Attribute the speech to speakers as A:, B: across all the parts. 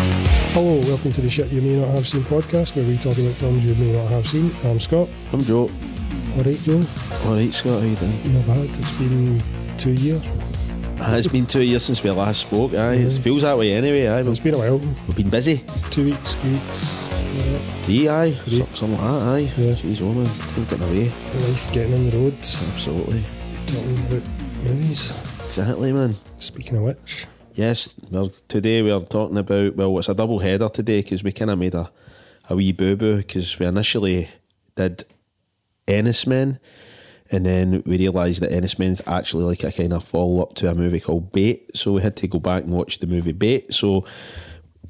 A: Hello, welcome to the Shit You May Not Have Seen podcast, where we talk about films you may not have seen. I'm Scott.
B: I'm Joe.
A: All right, Joe,
B: All right, Scott, how you doing?
A: not bad. It's been two years.
B: It's been two years since we last spoke. Aye, it
A: Mhm.
B: feels that way anyway. Aye,
A: It's
B: we've
A: been a while.
B: we've been busy.
A: Two weeks, three weeks. Yeah,
B: Three, aye,
A: Three.
B: Some- something like that. Aye,
A: Yeah.
B: jeez, oh man, time getting away.
A: life getting on the road.
B: Absolutely,
A: Talking about movies.
B: exactly, man.
A: Speaking of which,
B: Yes, well, today we are talking about well, it's a double header today because we kind of made a a wee boo boo because we initially did Ennismen, and then we realised that Ennismen's actually like a kind of follow up to a movie called Bait, so we had to go back and watch the movie Bait. So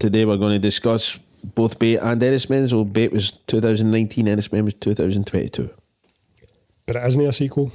B: today we're going to discuss both Bait and Ennismen. So Bait was 2019, Ennismen was 2022.
A: but it isn't a sequel.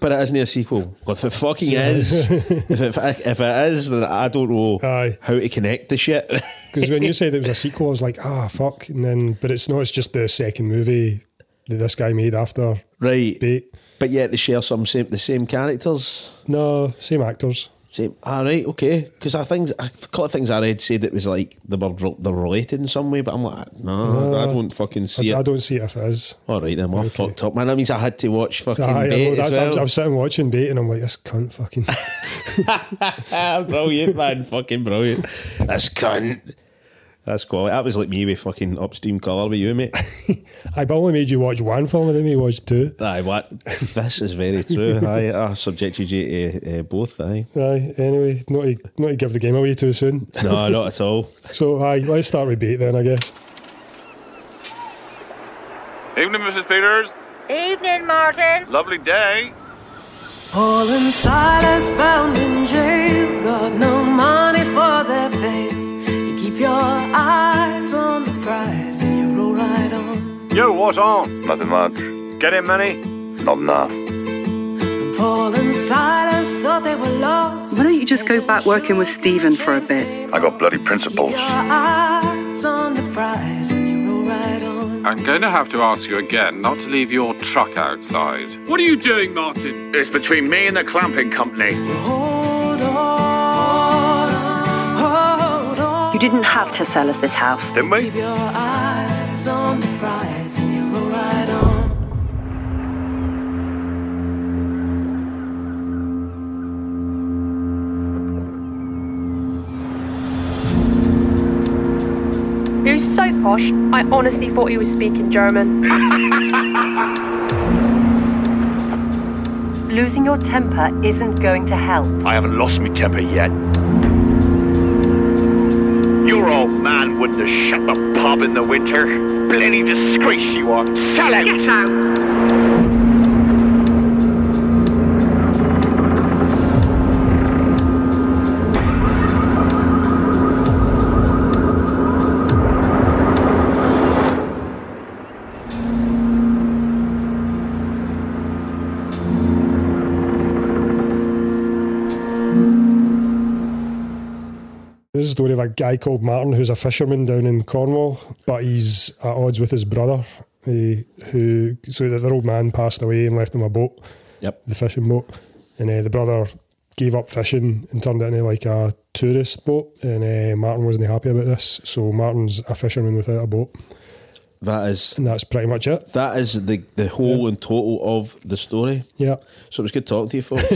B: But it isn't a sequel. Well, if it fucking is, if it, if it is, then I don't know
A: Aye.
B: how to connect the shit.
A: Because when you said it was a sequel, I was like, ah, fuck. And then, but it's not. It's just the second movie that this guy made after
B: Right.
A: Bait.
B: But yet they share some same the same characters.
A: No, same actors.
B: Same. All right, okay. Because I think a couple of things I read said it was like they were re- they're related in some way, but I'm like, no, I don't fucking
A: I,
B: see
A: I
B: it.
A: don't see it if it is.
B: All right, then we're
A: Okay.
B: fucked up, man. That means I had to watch fucking
A: Aye, I know,
B: Bait
A: that's-
B: as
A: I'm,
B: well.
A: I'm sitting watching Bait and I'm like, this cunt fucking.
B: brilliant, man. fucking brilliant. That's cunt. That's quality. That was like me with fucking upstream colour with you, mate.
A: I but only made you watch one film and then you watched two.
B: aye, what? this is very true. Aye, I subjected you to uh, both. Aye.
A: Aye, anyway, not to, not to give the game away too soon.
B: No, not at all.
A: So, aye, let's start with Bait then, I guess.
C: Evening, Mrs. Peters.
D: Evening, Martin.
C: Lovely day.
E: All in silence, bound in jail. Got no money for their bail. You keep your eyes on the prize and you roll right on.
C: Yo, what on? Nothing much. Get in, Minnie? Not enough.
E: Paul and Silas thought they were lost.
F: Why don't you just go back working with Stephen for a bit?
C: I got bloody
E: Keep
C: principles.
E: your eyes on the prize and you roll right on.
G: I'm going to have to ask you again not to leave your truck outside. What are you doing, Martin?
C: It's between me and the clamping company.
E: Hold on, hold on.
F: You didn't have to sell us this house.
C: Didn't we?
E: Keep your eyes on the prize and you roll right on.
D: He was so posh, I honestly thought he was speaking German.
F: Losing your temper isn't going to help.
C: I haven't lost my temper yet. Your old man wouldn't have shut the pub in the winter. Bloody disgrace you are. Sell out. Get out.
A: This is the story of a guy called Martin who's a fisherman down in Cornwall, but he's at odds with his brother, eh, who so that their old man passed away and left them a boat,
B: Yep.
A: the fishing boat, and uh, the brother gave up fishing and turned it into like a tourist boat, and uh, Martin wasn't happy about this, so Martin's a fisherman without a boat,
B: That is
A: and that's pretty much it.
B: that is the the whole and total of the story.
A: Yeah,
B: So it was good talking to you folks.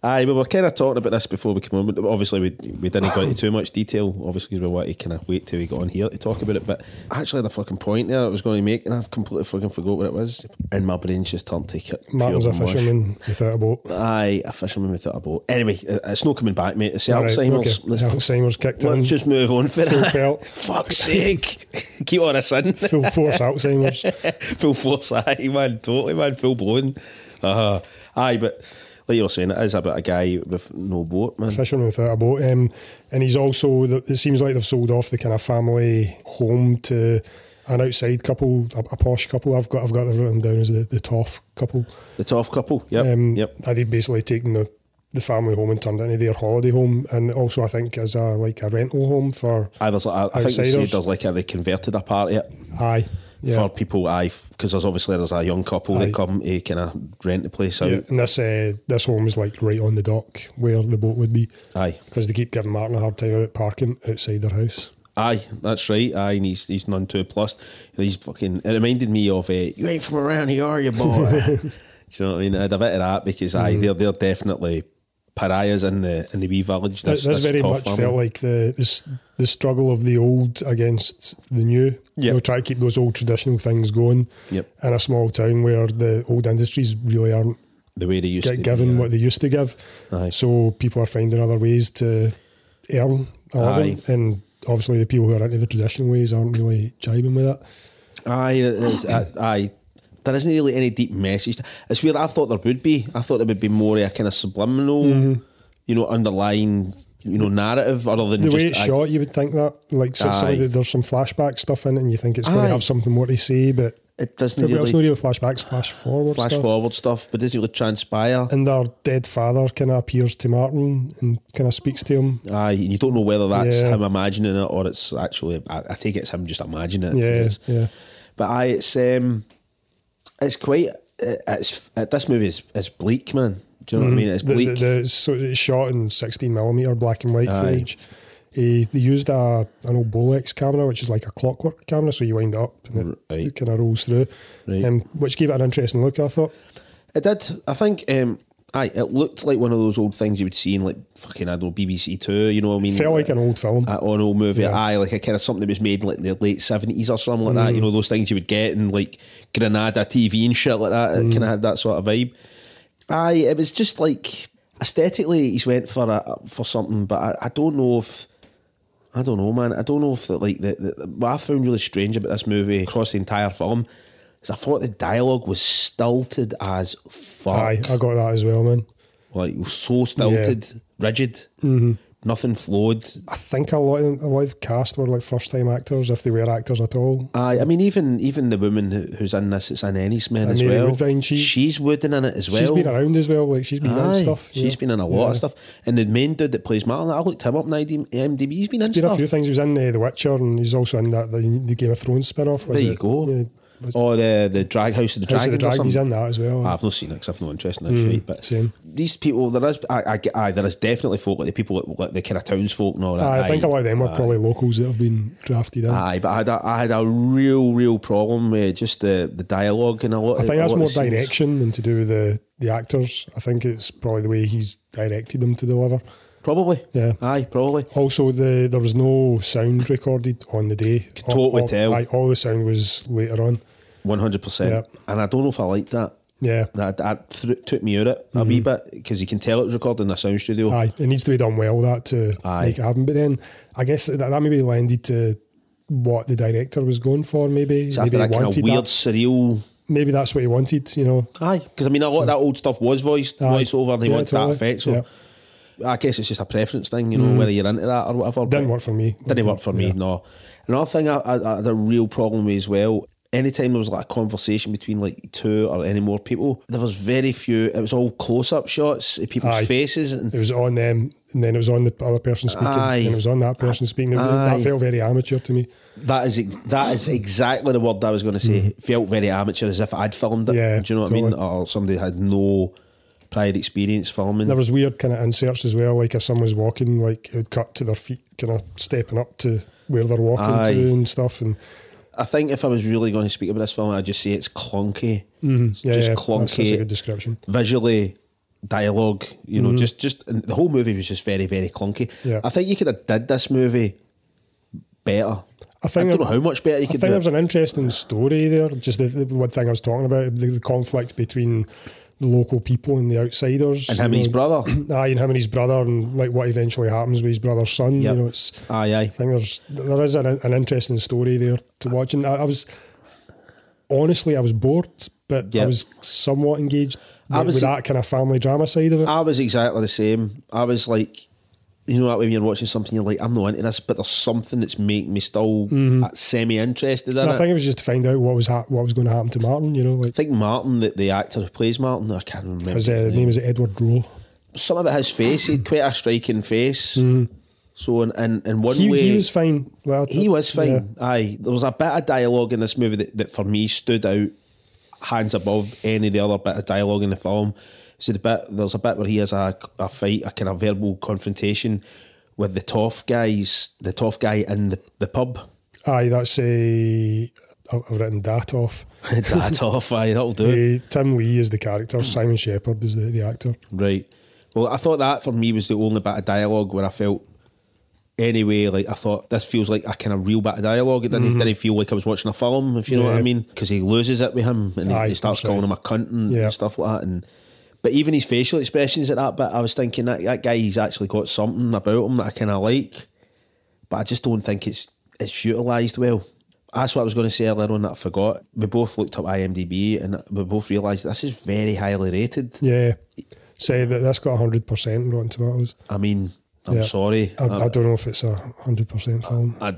B: Aye, we were kind of talking about this before we came on. but Obviously, we, we didn't go into too much detail, obviously, because we wanted to kind of wait till we got on here to talk about it. But I actually had a fucking point there I was going to make, and I've completely fucking forgot what it was. And my brain's just turned to pure
A: Martin's a
B: mush.
A: fisherman without a boat.
B: Aye, a fisherman without a boat. Anyway, it- it's no coming back, mate. It's the
A: Alright,
B: Alzheimer's.
A: okay.
B: Let's,
A: Alzheimer's kicked in.
B: let's just move on for
A: Full
B: that.
A: pelt.
B: Fuck's sake. Keep on a sudden.
A: Full force Alzheimer's.
B: full force, aye, man, totally, man, full blown. Uh-huh. Aye, but like you were saying, it is about a guy with no boat, man.
A: fisherman without a boat. Um, and he's also, it seems like they've sold off the kind of family home to an outside couple, a, a posh couple. I've got, I've got them written down as the, the Toff couple.
B: The tough couple, yep,
A: Um,
B: yep.
A: that they've basically taken the, the family home and turned it into their holiday home, and also I think as a like a rental home for
B: Aye, there's like, I, I think they said
A: Outsiders.
B: there's like a, they converted a part of it.
A: aye. Yeah.
B: for people. I because there's obviously there's a young couple
A: Aye.
B: that come to kind of rent the place out.
A: Yeah, and this uh, this home is like right on the dock where the boat would be
B: Aye,
A: because they keep giving Martin a hard time about parking outside their house.
B: aye, that's right. Aye, and he's he's none too plus. He's fucking. It reminded me of uh, you ain't from around here, are you, boy? Do you know what I mean? I had a bit of that because aye,
A: Mm.
B: they're they're definitely pariahs in the in the wee village.
A: This, this very
B: tough
A: much
B: family.
A: felt like the, the s- the struggle of the old against the new.
B: Yeah.
A: You know, try to keep those old traditional things going
B: Yep.
A: in a small town where the old industries really aren't
B: the way they used
A: get
B: to
A: given
B: be,
A: what they used to give.
B: Aye.
A: So people are finding other ways to earn a living. And obviously, the people who are into the traditional ways aren't really jibing with it.
B: Aye, it is. I, aye. There isn't really any deep message. It's weird. I thought there would be. I thought there would be more of a kind of subliminal,
A: Mm-hmm.
B: you know, underlying, you know, narrative other than
A: The
B: just
A: way it's
B: I-
A: shot, you would think that. Like, so, some
B: Aye.
A: of the, there's some flashback stuff in it, and you think it's going
B: Aye.
A: to have something more to say, but
B: It doesn't
A: really, it's not
B: really
A: really flashbacks, flash forward
B: flash
A: stuff.
B: forward stuff, but doesn't really transpire.
A: And their dead father kind of appears to Martin and kind of speaks to him.
B: Aye, and you don't know whether that's
A: Yeah.
B: him imagining it or it's actually. I, I take it it's him just imagining it.
A: Yeah,
B: because-
A: yeah.
B: But I, it's um, it's quite. It, it's uh, this movie is is bleak, man. Do you know what I mean? It's
A: Mm-hmm. The,
B: bleak.
A: the, the, so it's shot in 16 millimeter black and white
B: Aye.
A: footage. He, they used a an old Bolex camera, which is like a clockwork camera, so you wind it up and it
B: Right.
A: kind of rolls through,
B: Right.
A: um, which gave it an interesting look. I thought.
B: It did. I think. Um, aye, it looked like one of those old things you would see in like fucking I don't know BBC Two. You know what I mean?
A: Felt like an old film.
B: A- an old movie.
A: Yeah.
B: Aye, like a kind of something that was made like in the late seventies or something like that.
A: Mm.
B: You know those things you would get in like Granada TV and shit like that. It
A: Mm.
B: kind of had that sort of vibe. Aye, it was just like aesthetically he's went for a, for something, but I, I don't know if. I don't know, man. I don't know if that like the, the what I found really strange about this movie across the entire film is I thought the dialogue was stilted as fuck
A: Aye, I got that as well, man.
B: like so stilted, rigid,
A: Mm-hmm.
B: nothing flowed.
A: I think a lot of them, a lot of the cast were like first time actors, if they were actors at all.
B: I, I mean, even even the woman who, who's in this, it's an Ennis man as
A: Mary
B: well.
A: Woodvine, she-
B: she's wooden in it as well.
A: she's been around as well, like she's been in
B: Aye,
A: stuff.
B: She's
A: She's
B: been in a lot of stuff. And the main dude that plays Martin, I looked him up on ID IMDb. He's been in
A: Been
B: stuff.
A: a few things. He was in uh, The Witcher, and he's also in that the, the Game of Thrones spin off.
B: There you go. or the the drag house of the
A: House of
B: dragons.
A: the
B: or
A: Dragon, he's
B: something. Ah,
A: in that as well.
B: I've not seen it because I've no interest in that shit. But
A: same.
B: these people, there is, I, I, get- aye, there is definitely folk like the people like, like the kind of townsfolk and all that.
A: I think a
B: aye,
A: lot of them were
B: aye. Ah,
A: probably locals that have been drafted in.
B: Aye, but I had a, I had a real, real problem with just the, the dialogue and a lot.
A: I think
B: a
A: that's
B: lot
A: more
B: of scenes.
A: direction than to do with the, the actors. I think it's probably the way he's directed them to deliver.
B: Probably.
A: Yeah.
B: Aye, probably.
A: Also, the there was no sound recorded on the day. Could
B: totally
A: all,
B: tell.
A: aye, all the sound was later on.
B: One hundred percent.
A: Yep.
B: And I don't know if I liked that.
A: Yeah.
B: That, that thr took me out of it a wee bit because you can tell it was recorded in a sound studio.
A: Mm-hmm. Aye, it needs to be done well that to
B: Oh. Aye.
A: make it happen. But then I guess that, that maybe lended to what the director was going for. Maybe
B: it's
A: maybe
B: after
A: he
B: that kind of
A: wanted
B: weird,
A: that.
B: surreal.
A: Maybe that's what he wanted. You know,
B: Aye, because I mean, a lot of that old stuff was voiced,
A: Aye.
B: voice over, and they
A: Yeah,
B: wanted
A: totally. Mm.
B: that effect. So I guess it's just a preference thing, you know, whether you're into that or whatever.
A: didn't
B: but-
A: work for me.
B: Didn't work for me,
A: Yeah.
B: no. Another thing I, I, I had a real problem with as well, anytime there was like a conversation between like two or any more people, there was very few, it was all close up shots of people's
A: Aye.
B: faces. And
A: It was on them, and then it was on the other person speaking,
B: Aye.
A: and it was on that person speaking. It-
B: Aye.
A: That felt very amateur to me.
B: that is ex- that is exactly the word I was going to say. Felt very amateur as if I'd filmed it.
A: Mm-hmm. Yeah,
B: Do you know what I mean?
A: totally.
B: Or somebody had no prior experience filming.
A: There was weird kind of inserts as well, like if someone was walking, like it would cut to their feet, kind of stepping up to where they're walking
B: Aye.
A: to and stuff. And
B: I think if I was really going to speak about this film, I'd just say it's clunky. It's
A: Mm-hmm. yeah,
B: just
A: yeah,
B: clunky.
A: That's, that's a good description.
B: visually dialogue you know just just and the whole movie was just very very clunky
A: Yeah.
B: i think you could have did this movie better
A: I think
B: i don't know
A: there-
B: how much better you
A: I think
B: could do
A: there was
B: it.
A: an interesting story there. Just the, the one thing I was talking about, the, the conflict between the local people and the outsiders,
B: and him and
A: you
B: his
A: know.
B: brother
A: Aye, and him and his brother, and like what eventually happens with his brother's son.
B: Yep.
A: You know, it's
B: aye aye
A: I think there's there is an, an interesting story there to watch, and I, I was honestly I was bored, but
B: Yeah.
A: I was somewhat engaged
B: I
A: with,
B: was-
A: with that kind of family drama side of it.
B: i was exactly the same i was like you know that way when you're watching something you're like i'm not into this but there's something that's making me still
A: Mm-hmm.
B: uh, semi-interested in
A: and I
B: it
A: think it was just to find out what was ha- what was going to happen to Martin. You know, like
B: I think Martin, the, the actor who plays Martin, I can't remember
A: his uh, name is Edward Rowe.
B: Some of it his face, he had quite a striking face. So in in, in one
A: Mm-hmm. He,
B: way,
A: he was fine. Well, I-
B: He was
A: yeah.
B: fine. Aye, there was a bit of dialogue in this movie that, that for me stood out hands above any of the other bit of dialogue in the film. So the bit there's a bit where he has a, a fight, a kind of verbal confrontation with the tough guys, the tough guy in the, the pub.
A: Aye, that's a. I've I've written that off.
B: That's off, aye, that'll do. it.
A: Uh, Tim Lee is the character. Simon Shepherd is the, the actor.
B: Right. Well, I thought that for me was the only bit of dialogue where I felt anyway, like I thought this feels like a kind of real bit of dialogue. It didn't, didn't feel like I was watching a film, if you know what I
A: Mm-hmm. Yeah.
B: mean. Because he loses it with him and he-
A: Aye,
B: he starts
A: that's right.
B: calling him a cunt and,
A: Yeah.
B: and stuff like that. And but even his facial expressions at that bit, I was thinking that that guy he's actually got something about him that I kinda like. But I just don't think it's it's utilised well. That's what I was going to say earlier on that I forgot. We both looked up IMDb and we both realised this is very highly rated.
A: Yeah. Say that that's got 100% on Rotten Tomatoes.
B: I mean, I'm
A: Yeah.
B: sorry.
A: I, I don't know if it's a 100% film.
B: I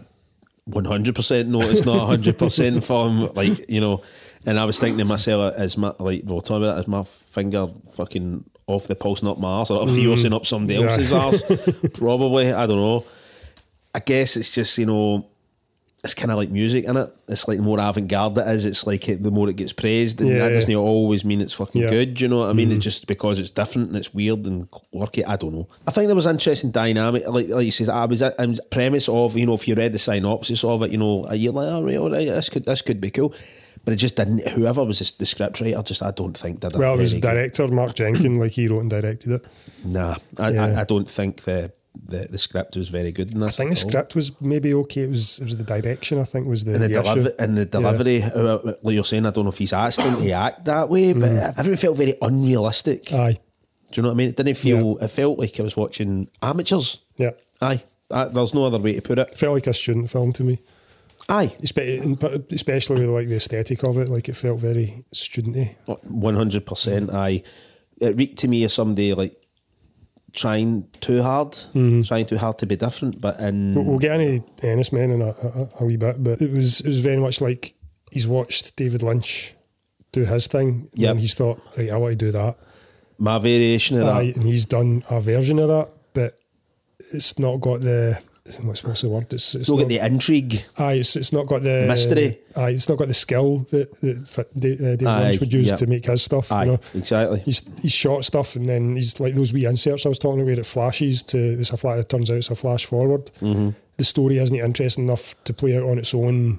B: 100% no, it's not 100% form. Like, you know, and I was thinking to myself, is my, like, well, talking about that, is my finger fucking off the pulse, not my arse, or if you're saying up somebody
A: Mm. Yeah.
B: else's arse? Probably, I don't know. I guess it's just, you know, it's kind of like music in it. It's like the more avant garde it is, it's like it, the more it gets praised. And
A: Yeah.
B: that doesn't always mean it's fucking
A: Yeah. Mm.
B: good. You know what I mean? It's just because it's different and it's weird and quirky. I don't know. I think there was interesting dynamic. Like like you says, I was I was premise of you know if you read the synopsis of it, you know uh, you're like all right, all right, this could this could be cool. But it just didn't. Whoever was the script writer, just I don't think did. a
A: Well, it was
B: very
A: the
B: good-
A: director, Mark Jenkin, like he wrote and directed it.
B: Nah, I, I,
A: Yeah.
B: I don't think the, the the script was very good. In
A: I think the script was maybe okay. It was it was the direction, I think, was the,
B: and the,
A: the issue.
B: deliver- and the delivery, uh, like you're saying, I don't know if he's asked him to act that way, but
A: Mm.
B: everything felt very unrealistic.
A: Aye.
B: Do you know what I mean? It didn't feel. It felt like I was watching amateurs.
A: Yeah.
B: Aye, that, there's no other way to put it.
A: Felt like a student film to me,
B: Aye,
A: Espe- in par- especially with like the aesthetic of it. Like it felt very studenty.
B: one hundred percent. Aye, it reeked to me as somebody like trying too hard, trying too hard to be different, but in
A: We'll get into Ennis Men in a, a, a wee bit, but it was it was very much like he's watched David Lynch do his thing,
B: Yep.
A: and he's thought, right, I want to do that.
B: my variation of
A: Aye,
B: that.
A: and he's done a version of that, but it's not got the what's, what's the word? It's, it's
B: Don't
A: not,
B: get the intrigue.
A: aye, it's, it's not got the
B: Mystery.
A: Aye, it's not got the skill that, that Fa- Da- uh, David
B: Aye,
A: Lynch would use
B: yeah.
A: to make his stuff.
B: Aye,
A: You know?
B: exactly.
A: He's, he's shot stuff and then he's like those wee inserts I was talking about where it flashes to it's a flat it turns out it's a flash forward.
B: Mm-hmm.
A: The story isn't interesting enough to play out on its own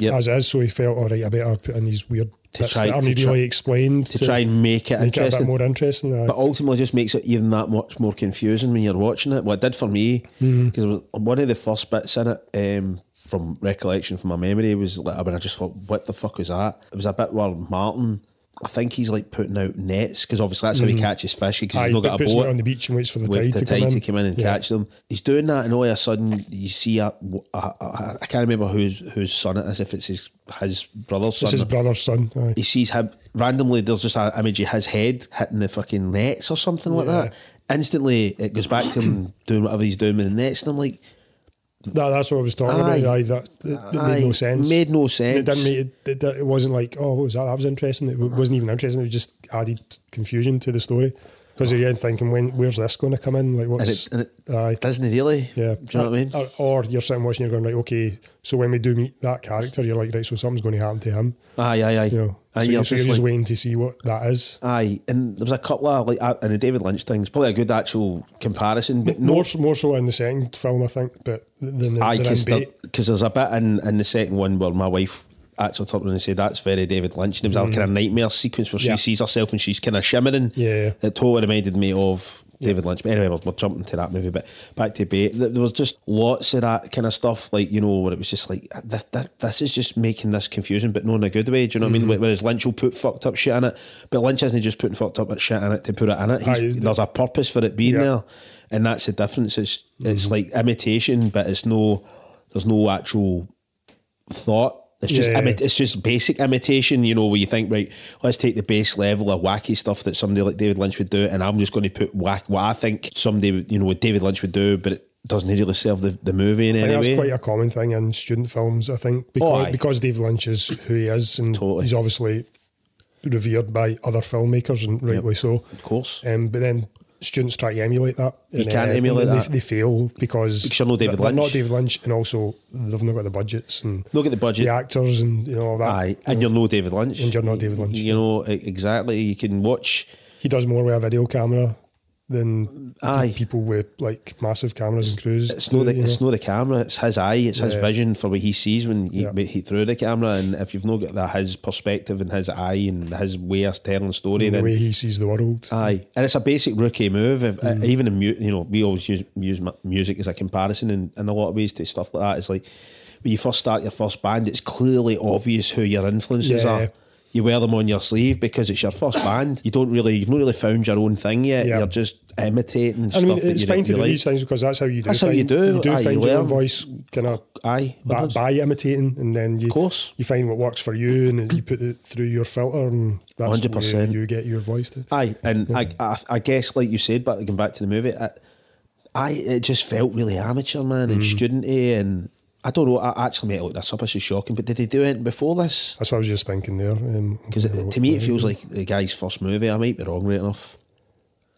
B: Yep.
A: as is, so he felt all right, I better put in these weird
B: To
A: bits
B: try-
A: that aren't
B: to
A: really
B: try-
A: explained
B: to try and
A: make
B: make it
A: it a
B: interesting.
A: bit more interesting. aye.
B: But ultimately, just makes it even that much more confusing when you're watching it. What it did for me,
A: Mm-hmm.
B: because was one of the first bits in it, um, from recollection, from my memory, was like, I mean, I just thought, what the fuck was that? It was a bit where Martin, I think he's like putting out nets, because obviously that's how he catches fish, because
A: Mm-hmm. Aye,
B: he's not
A: but
B: got a
A: puts them out
B: boat.
A: on the beach and waits for the
B: with
A: tide,
B: the
A: to,
B: tide
A: come
B: to
A: in.
B: come in and
A: Yeah.
B: catch them. He's doing that, and all of a sudden you see a, a, a, I can't remember whose whose son it is. If it's his his brother's son,
A: It's his
B: or-
A: brother's son. Aye.
B: he sees him randomly. There's just an image of his head hitting the fucking nets or something like
A: Yeah.
B: that. Instantly, it goes back to him doing whatever he's doing with the nets, and I'm like,
A: That, that's what I was talking
B: Aye.
A: about. Aye, that, that, that made
B: Aye,
A: no sense.
B: made no
A: It
B: sense.
A: didn't make it, it, it wasn't like, oh, what was that? That was interesting. It w- wasn't even interesting. It just added confusion to the story. Because again, thinking, when where's this going to come in? Like,
B: and
A: what's
B: it, and it
A: aye,
B: doesn't really.
A: yeah? Oh.
B: do you know what I mean?
A: Or, or you're sitting watching, you're going right, okay. So when we do meet that character, you're like, right, so something's going to happen to him.
B: Aye, aye, aye.
A: You know,
B: Aye,
A: so,
B: you're
A: you're, so you're
B: just
A: just
B: like-
A: waiting to see what that is.
B: Aye, and there was a couple of like, uh, and the David Lynch thing's probably a good actual comparison, but no,
A: More, s- more so in the second film, I think, but than the, than
B: Aye,
A: in
B: because there,
A: Bait.
B: 'cause there's a bit in, in the second one where my wife actually turned around and said, That's very David Lynch. And it was a kind of nightmare sequence where she
A: Mm. Yeah.
B: sees herself and she's kind of shimmering.
A: Yeah.
B: It totally reminded me of David Lynch. But anyway, we're, we're jumping to that movie. But back to Bait, th- there was just lots of that kind of stuff, like, you know, where it was just like, this, this, this is just making this confusion, but not in a good way. Do you know
A: Mm-hmm.
B: what I mean? Whereas Lynch will put fucked up shit in it, but Lynch isn't just putting fucked up shit in it to put it in it. He's-
A: Aye,
B: there's a purpose for it being
A: Yeah. Mm-hmm.
B: there and that's the difference. It's it's like imitation, but it's no there's no actual thought. It's just
A: Yeah.
B: imi- it's just basic imitation, you know, where you think, right, let's take the base level of wacky stuff that somebody like David Lynch would do, and I'm just going to put whack what I think somebody would- you know what David Lynch would do, but it doesn't really serve the, the movie in
A: I think
B: any way.
A: that's quite a common thing in student films. I think because
B: Oh, aye.
A: because Dave Lynch is who he is, and
B: Totally.
A: he's obviously revered by other filmmakers, and rightly so.
B: of course.
A: Um, but then students try to emulate that.
B: You
A: and,
B: can't
A: uh,
B: emulate
A: they,
B: that.
A: They fail because,
B: Because you're not David
A: they're
B: Lynch.
A: not David Lynch, and also they've not got the budgets and
B: Look at the budget.
A: the actors and you know all that.
B: Aye, and you're no David Lynch.
A: And you're no David Lynch.
B: You know e- exactly. You can watch.
A: He does more with a video camera than
B: Aye.
A: people with like massive cameras and crews.
B: It's
A: do,
B: not. The,
A: you
B: it's
A: know.
B: not the camera. It's his eye. It's his
A: Yeah.
B: vision for what he sees when he,
A: Yeah.
B: when he through the camera. And if you've not got that his perspective and his eye and his way of telling story,
A: the
B: then
A: way he sees the world.
B: Aye, and it's a basic rookie move. If,
A: Mm.
B: Even in mu- you know, we always use, use mu- music as a comparison in, in a lot of ways to stuff like that. It's like when you first start your first band, it's clearly obvious who your influences
A: Yeah.
B: are. You wear them on your sleeve because it's your first band. You don't really, you've not really found your own thing yet.
A: Yeah.
B: You're just imitating
A: I
B: stuff.
A: mean,
B: that
A: it's
B: you,
A: fine
B: you
A: to do
B: like.
A: these things because that's how you do.
B: That's how
A: find-
B: you do.
A: You do
B: Aye,
A: find
B: you
A: your own
B: learn.
A: voice, kind of.
B: Aye,
A: By,
B: hundreds.
A: by imitating, and then you, of
B: course.
A: you find what works for you, and you put it through your filter, and that's
B: 100%.
A: where you get your voice to.
B: Aye, and I, I, I guess like you said, but going back to the movie, I, I it just felt really amateur, man, and studenty, and I don't know. I actually made it look this up. This is shocking, but did they do anything before this?
A: That's what I was just thinking there. um, Because
B: Because to me, it feels like the guy's first movie. I might be wrong, right enough.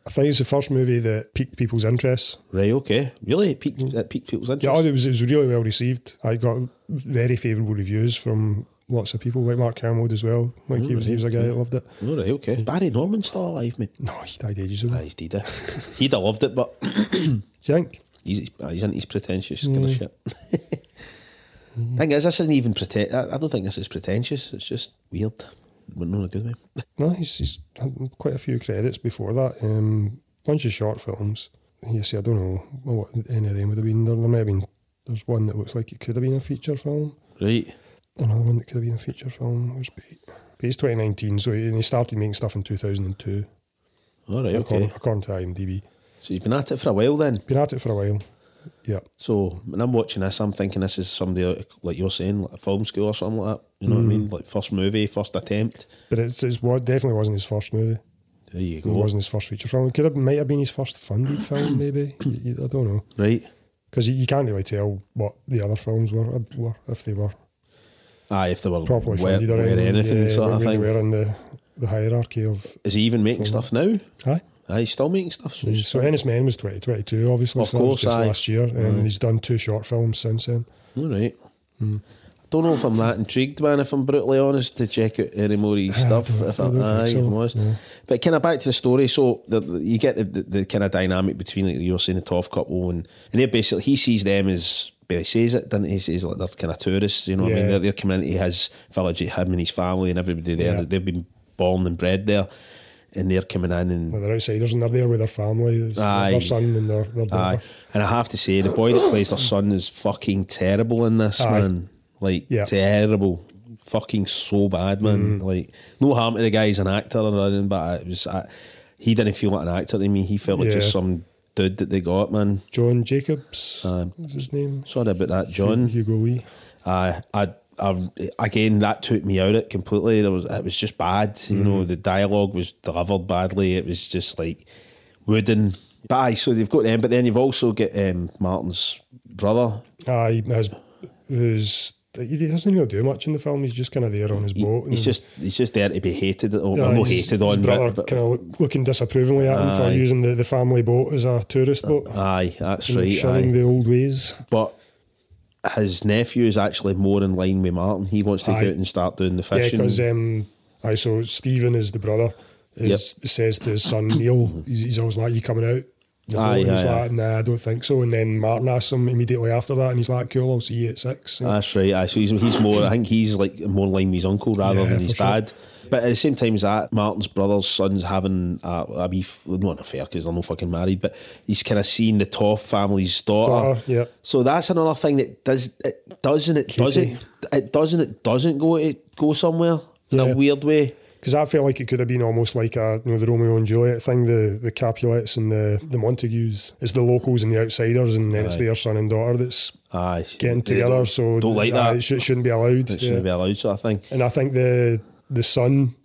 A: I think it's the first movie that piqued people's interest.
B: Right, okay, really, it piqued, it piqued people's
A: Yeah, oh,
B: interest.
A: it was it was really well received. I got very favourable reviews from lots of people, like Mark Kermode as well. Like
B: Mm,
A: he was he was a guy that loved it.
B: All right, okay. Barry Norman's still alive, mate.
A: No, he died ages ago.
B: Aye, he's dead. He'd have loved it, but
A: Do you think?
B: he's aye, he's, in- he's pretentious kind of shit. Thing is, this isn't even pretent. I, I don't think this is pretentious. It's just weird, but not in a good way.
A: No, he's, he's had quite a few credits before that. Um, bunch of short films. You see, I don't know what any of them would have been. There, there may have been. There's one that looks like it could have been a feature film.
B: Right.
A: Another one that could have been a feature film was Bait. But it's 2019, so he, and he started making stuff in 2002,
B: All right.
A: according,
B: Okay.
A: according to IMDb.
B: So you've been at it for a while then.
A: Been at it for a while. Yeah.
B: So when I'm watching this, I'm thinking this is somebody out of- like you're saying, like a film school or something like that. You know
A: Hmm.
B: what I mean? Like first movie, first attempt.
A: But it's, it's what definitely wasn't his first movie.
B: There you
A: It
B: go.
A: wasn't his first feature film. It could have, might have been his first funded film, maybe. You- you- I don't know.
B: Right.
A: Because you, you can't really tell what the other films were, uh, were if they were
B: Aye, if they were
A: properly
B: where,
A: funded or
B: where
A: anything.
B: anything
A: yeah,
B: sort of
A: when they
B: thing.
A: were in the, the hierarchy of.
B: Is he even making stuff now?
A: Aye.
B: Aye, he's still making stuff. So he's
A: So
B: still-
A: Ennis Men was 2022, obviously.
B: Of
A: so that was
B: course,
A: just
B: aye.
A: last year. And he's done two short films since then.
B: All right. I don't know if I'm that intrigued, man. If I'm brutally honest, to check out any more of his
A: I
B: stuff.
A: don't-
B: if
A: I
B: I,
A: don't think
B: aye, if
A: so,
B: I'm honest.
A: no.
B: But kind of back to the story. So the, the- you get the, the, the kind of dynamic between like you were saying the Toff couple and and they basically he sees them as. But he says it, doesn't he? He says like they're kind of tourists, you know what I mean?
A: Yeah.
B: They're, their community, his village, him and his family and everybody there.
A: Yeah.
B: They've been born and bred there, and they're coming in and
A: Well, they're outsiders and they're there with their family. It's
B: Aye.
A: their son and their, their daughter.
B: Aye. And I have to say, the boy that plays their son is fucking terrible in this,
A: Aye.
B: man. Like,
A: Yeah. Mm.
B: terrible. Fucking so bad, man. Like, no harm to the guy, he's an actor or anything, but it was, I, he didn't feel like an actor to me. He felt like
A: Yeah.
B: just some dude that they got, man.
A: John Jacobs was his name.
B: Sorry about that, John.
A: Hugo Lee.
B: I, I, I, again, that took me out of it completely. There was, it was just bad. You know,
A: Mm.
B: the dialogue was delivered badly. It was just like wooden. But aye, so they've got them. But then you've also got um, Martin's brother.
A: Aye, his, who's, he doesn't really do much in the film. He's just kind of there on his
B: He-
A: boat.
B: he's
A: and-
B: just, he's just there to be hated. Or,
A: Oh, Yeah,
B: well, not
A: his-
B: hated
A: his
B: on,
A: brother
B: but, but
A: kind of look, looking disapprovingly at him for
B: Aye.
A: using the, the family boat as a tourist boat.
B: aye, that's
A: and
B: right.
A: shunning
B: aye.
A: the old ways.
B: But his nephew is actually more in line with Martin. He wants to
A: Aye.
B: go out and start doing the
A: Yeah,
B: fishing.
A: because um, aye, so Stephen is the brother. Is, Says to his son Neil, he's, he's always like, "You coming out?" The
B: Aye,
A: boat," and he's
B: aye,
A: like, "Nah, I don't think so." And then Martin asks him immediately after that, and he's like, "Cool, I'll see you at six. And
B: That's right. Aye. So he's, he's more. I think he's like more in line with his uncle rather
A: Yeah,
B: than
A: for
B: his
A: sure.
B: dad. But at the same time as that, Martin's brother's son's having a, a wee, f- not an affair because they're not fucking married, but he's kind of seen the Toff family's daughter.
A: Daughter, yeah.
B: So that's another thing that does it doesn't it doesn't it doesn't it doesn't go it go somewhere in
A: Yeah.
B: a weird way.
A: Because I felt like it could have been almost like a you know the Romeo and Juliet thing, the the Capulets and the the Montagues. It's the locals and the outsiders, and then it's
B: Aye.
A: their son and daughter that's
B: Aye,
A: getting
B: They
A: together.
B: don't-
A: so
B: don't like
A: aye,
B: that.
A: It sh- shouldn't be allowed.
B: It
A: yeah.
B: shouldn't be allowed. Sort of thing.
A: And I think the the son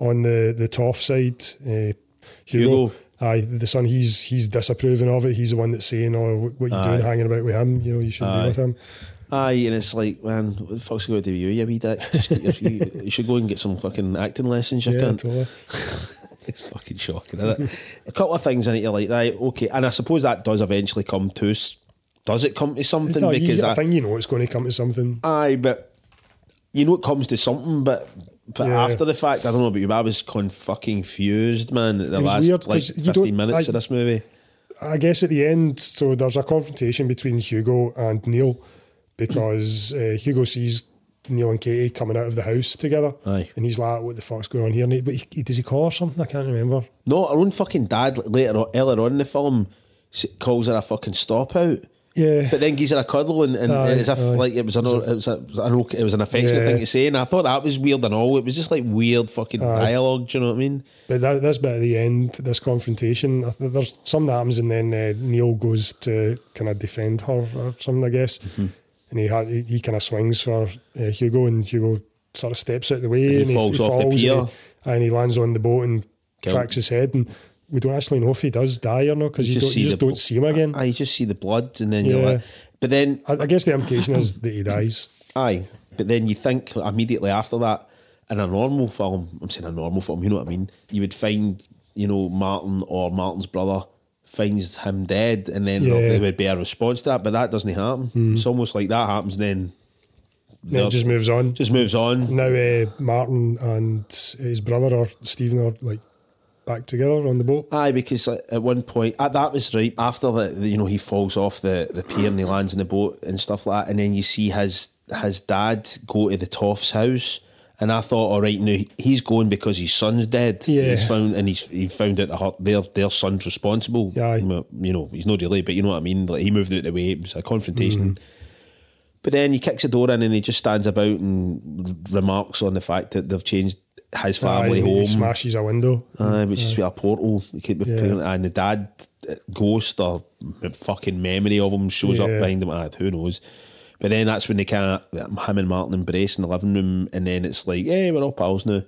A: on the the Toff side, uh, Hugo,
B: Hugo.
A: aye, the son he's he's disapproving of it. He's the one that's saying, "Oh, wh- what you
B: Aye.
A: doing hanging about with him? You know, you shouldn't
B: Aye.
A: be with him."
B: Aye, and it's like, man, what the fuck's going to do with you, you wee dick? Just get your, you, you should go and get some fucking acting lessons, you
A: Yeah,
B: cunt.
A: totally.
B: it's fucking shocking, isn't it? a couple of things in it, you're like, right, okay. And I suppose that does eventually come to, s- does it come to something?
A: No, you-
B: because
A: I
B: I,
A: think you know it's going to come to something.
B: Aye, but you know it comes to something, but but
A: Yeah.
B: after the fact, I don't know about you, but I was con fucking fused, man, at the
A: was
B: last
A: weird,
B: like
A: 'cause you don't-
B: fifteen minutes
A: I-
B: of this movie.
A: I guess at the end, so there's a confrontation between Hugo and Neil because uh, Hugo sees Neil and Katie coming out of the house together,
B: Aye.
A: and he's like, "What the fuck's going on here?" And he, but he, he- does he call her something? I can't remember.
B: No, her own fucking dad l- later on, earlier on in the film s- calls her a fucking stop out.
A: Yeah.
B: But then gives her a cuddle and, and, and
A: Aye,
B: as if
A: aye.
B: like it was an o- it was, a, it was an okay, it was an affectionate
A: Yeah.
B: thing to say, and I thought that was weird and all. It was just like weird fucking dialogue. Do you know what I mean?
A: But that, this bit at the end, this confrontation, I th- there's something that happens, and then uh, Neil goes to kind of defend her or something, I guess.
B: Mm-hmm.
A: And he had, he, he kind of swings for uh, Hugo, and Hugo sort of steps out the way,
B: And he falls off the pier.
A: and, he, and he lands on the boat and
B: Killed.
A: cracks his head. And we don't actually know if he does die or not because you, don't, you just
B: the
A: don't see him again. I,
B: I, just see the blood, and then you're
A: Yeah.
B: like, but then
A: I guess the implication is that he dies.
B: Aye, but then you think immediately after that, in a normal film, I'm saying a normal film, you know what I mean? You would find, you know, Martin or Martin's brother finds him dead, and then
A: Yeah. Hmm.
B: there would be a response to that, but that doesn't happen. It's almost like that happens, then
A: Then
B: Yeah.
A: it just moves on.
B: just moves on.
A: Now uh, Martin and his brother or Stephen are like back together on the boat.
B: Aye, because like, at one point, ah, that was right after the, the- you know, he falls off the, the pier and he lands in the boat and stuff like that, and then you see his his dad go to the Toff's house. And I thought, all right, now he's going because his son's dead.
A: Yeah.
B: He's found and he's he found out that her, their their son's responsible.
A: Aye.
B: Well, You know, he's no delayed, but you know what I mean. Like he moved out of the way. It was a confrontation.
A: Mm-hmm.
B: But then he kicks the door in and he just stands about and r- remarks on the fact that they've changed his family
A: Aye,
B: home.
A: He smashes a window.
B: Aye, which is a portal. You keep
A: Yeah.
B: playing, and the dad uh, ghost or m- fucking memory of him shows up
A: Yeah.
B: behind him. Ah, who knows? But then that's when they kind of him and Martin embrace in the living room, and then it's like, hey, we're all pals now.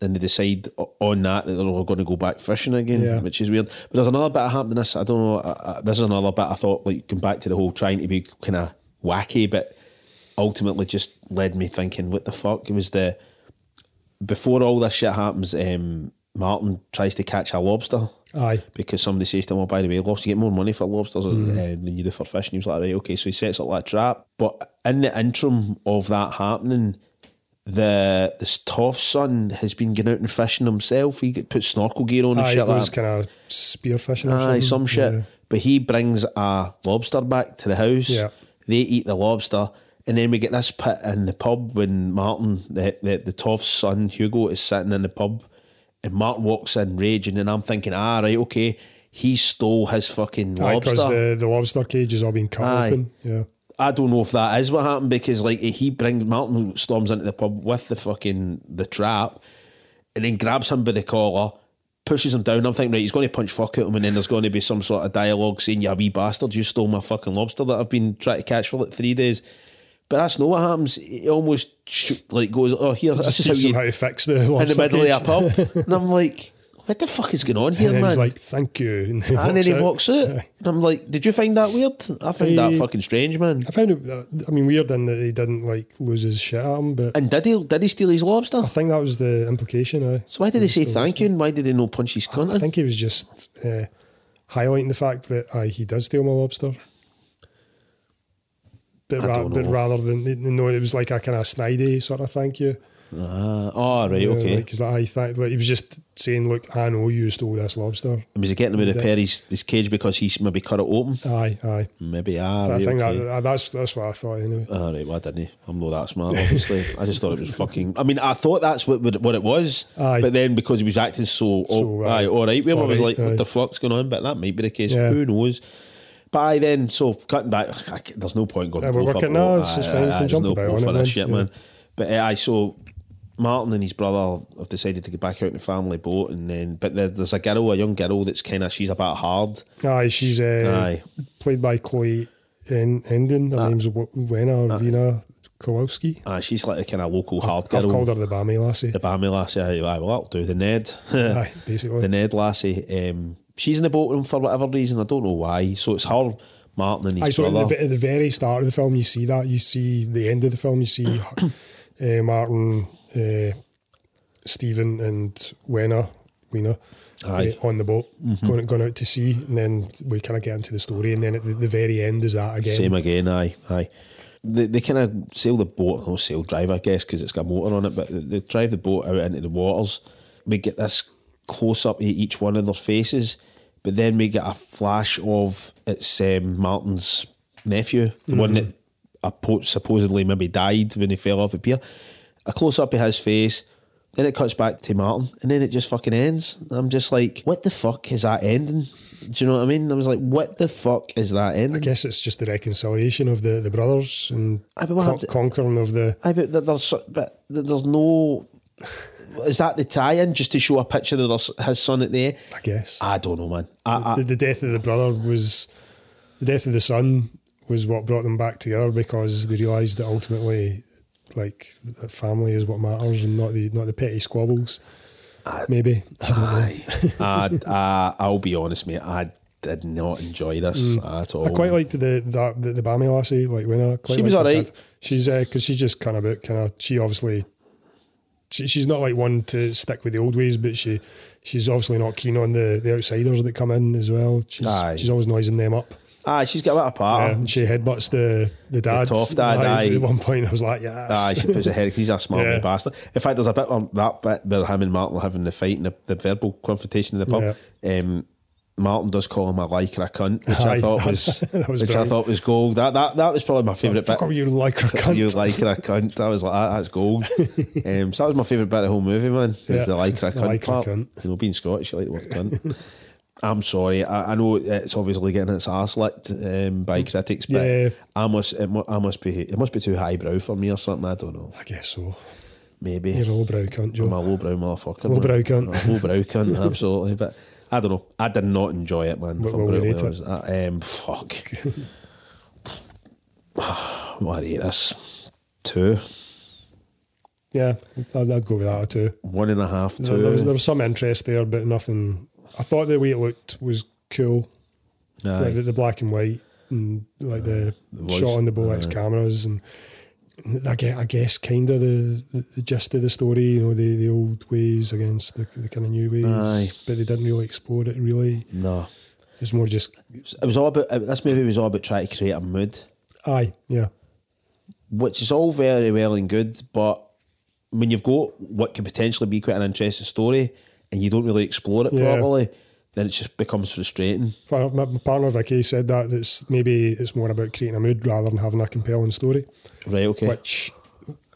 B: And they decide o- on that that they're all going to go back fishing again,
A: Yeah.
B: which is weird. But there's another bit of happiness. I don't know. I, I, this is another bit I thought, like, going back to the whole trying to be kind of wacky, but ultimately just led me thinking, what the fuck? It was the before all this shit happens, um, Martin tries to catch a lobster
A: Aye.
B: because somebody says to him, "Oh, by the way, lobster you get more money for lobsters uh, than you do for fish." And he was like, "Right, okay." So he sets up that trap. But in the interim of that happening, the this toff son has been getting out and fishing himself. He get- put snorkel gear on and
A: Aye,
B: shit
A: it
B: like
A: was
B: that.
A: kind of spearfishing or
B: Aye,
A: something.
B: some shit.
A: Yeah.
B: But he brings a lobster back to the house.
A: Yeah.
B: They eat the lobster. And then we get this pit in the pub when Martin, the, the, the Toff's son, Hugo, is sitting in the pub. And Martin walks in raging. And I'm thinking, ah, right, okay. He stole his fucking lobster.
A: because the, the lobster cage has all been cut
B: Aye.
A: open. Yeah.
B: I don't know if that is what happened because like he brings Martin storms into the pub with the fucking the trap and then grabs him by the collar, pushes him down. I'm thinking, right, he's going to punch fuck at him, and then there's going to be some sort of dialogue saying, "You wee bastard, you stole my fucking lobster that I've been trying to catch for like three days." But that's not what happens. He almost sh- like goes, "Oh, here, this is how
A: Teach them
B: you
A: how to fix the
B: in
A: lobster
B: the middle
A: cage.
B: of a pub," and I'm like, "What the fuck is going on here,
A: And then
B: man?"
A: he's like, thank you. And, then he
B: and then
A: walks
B: he
A: out.
B: walks out,
A: Aye.
B: and I'm like, "Did you find that weird? I found that
A: Aye.
B: fucking strange, man."
A: I found it, uh, I mean, weird in that he didn't like lose his shit at him, but
B: And did he did he steal his lobster?
A: I think that was the implication. Aye.
B: So why did they say
A: Still
B: thank you and why did they not punch his cunt?
A: I think he was just uh, highlighting the fact that aye, he does steal my lobster. But,
B: I
A: ra-
B: don't
A: but
B: know.
A: rather than, you know, it was like a kind of snidey sort of thank you.
B: Ah, oh, right, okay.
A: Because I thought like, he was just saying, "Look, I know you stole this lobster."
B: was he getting him to repair his, his cage because he's maybe cut it open?
A: Aye, aye.
B: Maybe, ah,
A: I
B: right,
A: think
B: okay.
A: that, that's that's what I thought anyway.
B: Ah, right, well, I didn't. I'm not that smart, obviously. I just thought it was fucking. I mean, I thought that's what what it- what it was,
A: Aye.
B: but then because he was acting so, oh,
A: So,
B: aye,
A: aye.
B: all right, with him, I
A: All
B: was
A: right,
B: like, what
A: aye.
B: the fuck's going on? But that might be the case.
A: Yeah.
B: Who knows? But aye, then so cutting back, I c- there's no point going.
A: Aye, we're
B: blow for
A: working
B: blow.
A: now, it's just
B: Aye,
A: fine, we
B: aye,
A: can
B: there's
A: jump
B: no
A: about
B: blow
A: on
B: for
A: it,
B: this
A: man.
B: shit,
A: Yeah.
B: man. But eh, aye, so Martin and his brother have decided to get back out in the family boat, and then but there, there's a girl, a young girl that's kind of she's about hard.
A: Aye, she's uh,
B: Aye. Ah.
A: played by Chloe en- Endon. Her name's w- Wena or Vina Kowalski.
B: Aye, she's like the kind of local hard girl.
A: I've called her the Bammy Lassie.
B: the Bammy lassie. Aye, aye, well, that'll do. The Ned.
A: Aye, basically.
B: the Ned lassie. Um, she's in the boat room for whatever reason. I don't know why. So it's her, Martin, and his
A: Aye, so at the,
B: brother.
A: ve- at the very start of the film, you see that. You see the end of the film. You see uh, Martin, uh, Stephen, and Wena Queener
B: Aye. Mm-hmm.
A: on the boat going, going out to sea. And then we kind of get into the story. And then at the, the very end is that again.
B: Same again, aye, aye. They, they kind of sail the boat, no sail drive, I guess, because it's got a motor on it, but they- they drive the boat out into the waters. We get this close up to each one of their faces, but then we get a flash of it's um, Martin's nephew, the one that appo- supposedly maybe died when he fell off a pier. A close up of his face, then it cuts back to Martin, and then it just fucking ends. I'm just like, what the fuck is that ending? Do you know what I mean? I was like, what the fuck is that ending?
A: I guess it's just the reconciliation of the, the brothers and
B: Aye, but what
A: con-
B: happened-
A: conquering of the.
B: Aye, but there- there's so- but there- there's no. Is that the tie-in just to show a picture of their s- his son at the end?
A: I guess.
B: I don't know, man. I,
A: the,
B: I,
A: the death of the brother was the death of the son was what brought them back together because they realised that ultimately, like the family is what matters and not the not the petty squabbles. Maybe I don't know.
B: aye. I, I, I'll be honest, mate. I did not enjoy this at all.
A: Mm. I quite liked the that the, the Bammy lassie, like Winner. Quite
B: She was
A: liked her
B: alright.
A: dad. She's because she's just kind of about kind of she obviously. She, she's not like one to stick with the old ways, but she she's obviously not keen on the, the outsiders that come in as well. She's,
B: Aye.
A: she's always noising them up.
B: Aye, she's got a bit of
A: Yeah,
B: power.
A: and Um, she headbutts the the dad.
B: tough dad, aye.
A: At one point, I was like, yes.
B: Aye, she puts her head. He's a smart
A: Yeah.
B: bastard. In fact, there's a bit of that bit where him and Martin are having the fight and the, the verbal confrontation in the pub. Um, Martin does call him a lycra cunt, which I
A: Aye,
B: thought
A: that-
B: was,
A: that was
B: which I
A: brilliant.
B: thought was gold. That that that was probably my favourite bit.
A: Fuck all you like her cunt.
B: You lycra cunt. I was like, that, that's gold. um, so that was my favourite bit of the whole movie, man. Was
A: Yeah.
B: the lycra
A: The
B: cunt
A: lycra
B: part.
A: cunt.
B: You know, being Scottish, you like the word cunt. I'm sorry. I, I know it's obviously getting its arse licked um, by critics, but
A: Yeah.
B: I must, it, mu- I must be, it must be too highbrow for me or something. I don't know.
A: I guess so.
B: Maybe
A: You're a lowbrow cunt, Joe.
B: I'm a lowbrow motherfucker. man.
A: Lowbrow cunt.
B: I'm a lowbrow cunt, absolutely. But I don't know. I did not enjoy it, man.
A: What
B: if I'm
A: will we
B: brutally
A: rate it?
B: honest. I, um, fuck. what I rate this? Two,
A: Yeah, I'd, I'd go with that too.
B: one and a half, two.
A: There, there was, there was some interest there, but nothing. I thought the way it looked was cool.
B: Aye.
A: Like the, the black and white and like the,
B: voice,
A: shot on the Bolex cameras and. I guess, I guess kind of the, the gist of the story, you know, the, the old ways against the, the kind of new ways,
B: Aye.
A: but they didn't really explore it really.
B: no,
A: It was more just,
B: it was all about. This movie was all about trying to create a mood.
A: aye, yeah,
B: which is all very well and good, but when you've got what could potentially be quite an interesting story and you don't really explore it
A: Yeah.
B: properly, then it just becomes frustrating.
A: Well, my my partner Vicky said that it's maybe it's more about creating a mood rather than having a compelling story,
B: Right, okay.
A: which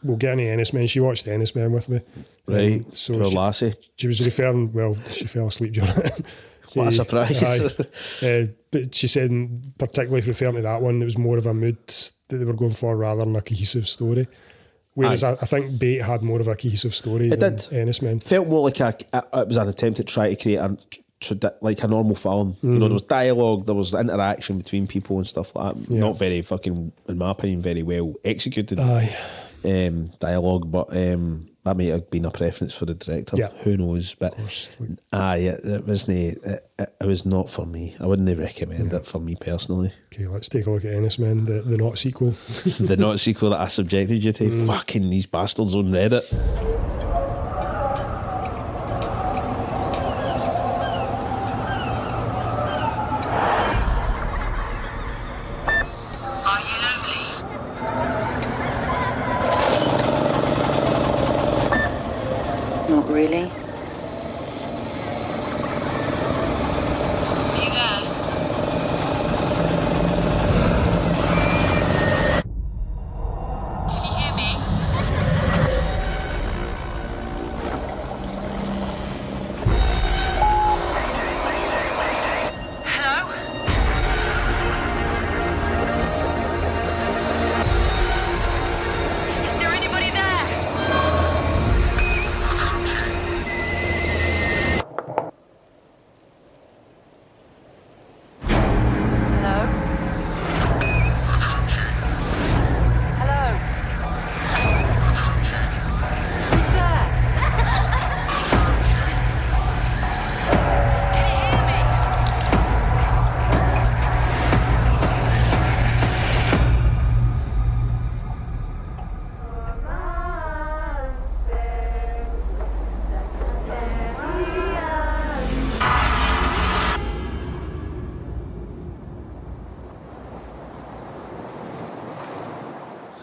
A: we'll get into Ennis Man. She watched Ennis Man with me.
B: right.
A: Um, so
B: Poor
A: she,
B: lassie.
A: she was referring, well, she fell asleep during it.
B: What a
A: Eh,
B: surprise.
A: aye. Eh, but she said, in particularly referring to that one, it was more of a mood that they were going for rather than a cohesive story. Whereas I, I think Bait had more of a cohesive story
B: It
A: than
B: did.
A: Ennis Man.
B: Felt more like a, a- it was an attempt at trying to create a tradi- like a normal film. You know, there was dialogue, there was interaction between people and stuff like that. Not very fucking, in my opinion, very well executed.
A: Aye.
B: um, dialogue, but um, that may have been a preference for the director.
A: Yeah.
B: Who knows? But aye, it, it was na- it, it, it was not for me. I wouldn't recommend it for me personally.
A: Okay, let's take a look at Ennis Man, the, the not sequel.
B: the not sequel that I subjected you to.
A: Mm.
B: Fucking these bastards on Reddit.
H: Are you lonely?
F: Not really.
H: Are you there? Can you hear me? Hello? Is there anybody there?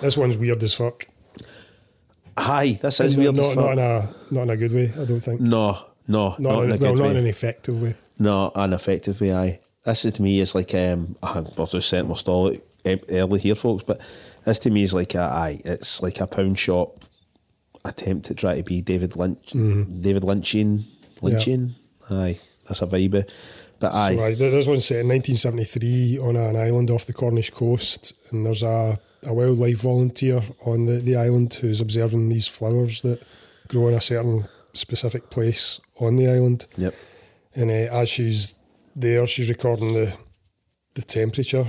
A: This one's weird as fuck.
B: Aye, this is
A: No-
B: weird
A: not,
B: as
A: Not
B: fuck.
A: in a not in a good way. I don't think.
B: No, no, not,
A: Not, in,
B: in
A: a-
B: a
A: well,
B: good
A: not in
B: way.
A: an effective way.
B: No, and effectively, aye. This is to me is like um, I've just sent my stall em- early here, folks. But this to me is like a aye. It's like a pound shop attempt to try to be David Lynch,
A: Mm-hmm.
B: David Lynchian, Lynchian. Aye, that's a vibe. eh? But aye,
A: So, right, th- this one's set in 1973 on an island off the Cornish coast, and there's a, a wildlife volunteer on the, the island who's observing these flowers that grow in a certain specific place on the island.
B: yep,
A: And uh, as she's there, she's recording the the temperature.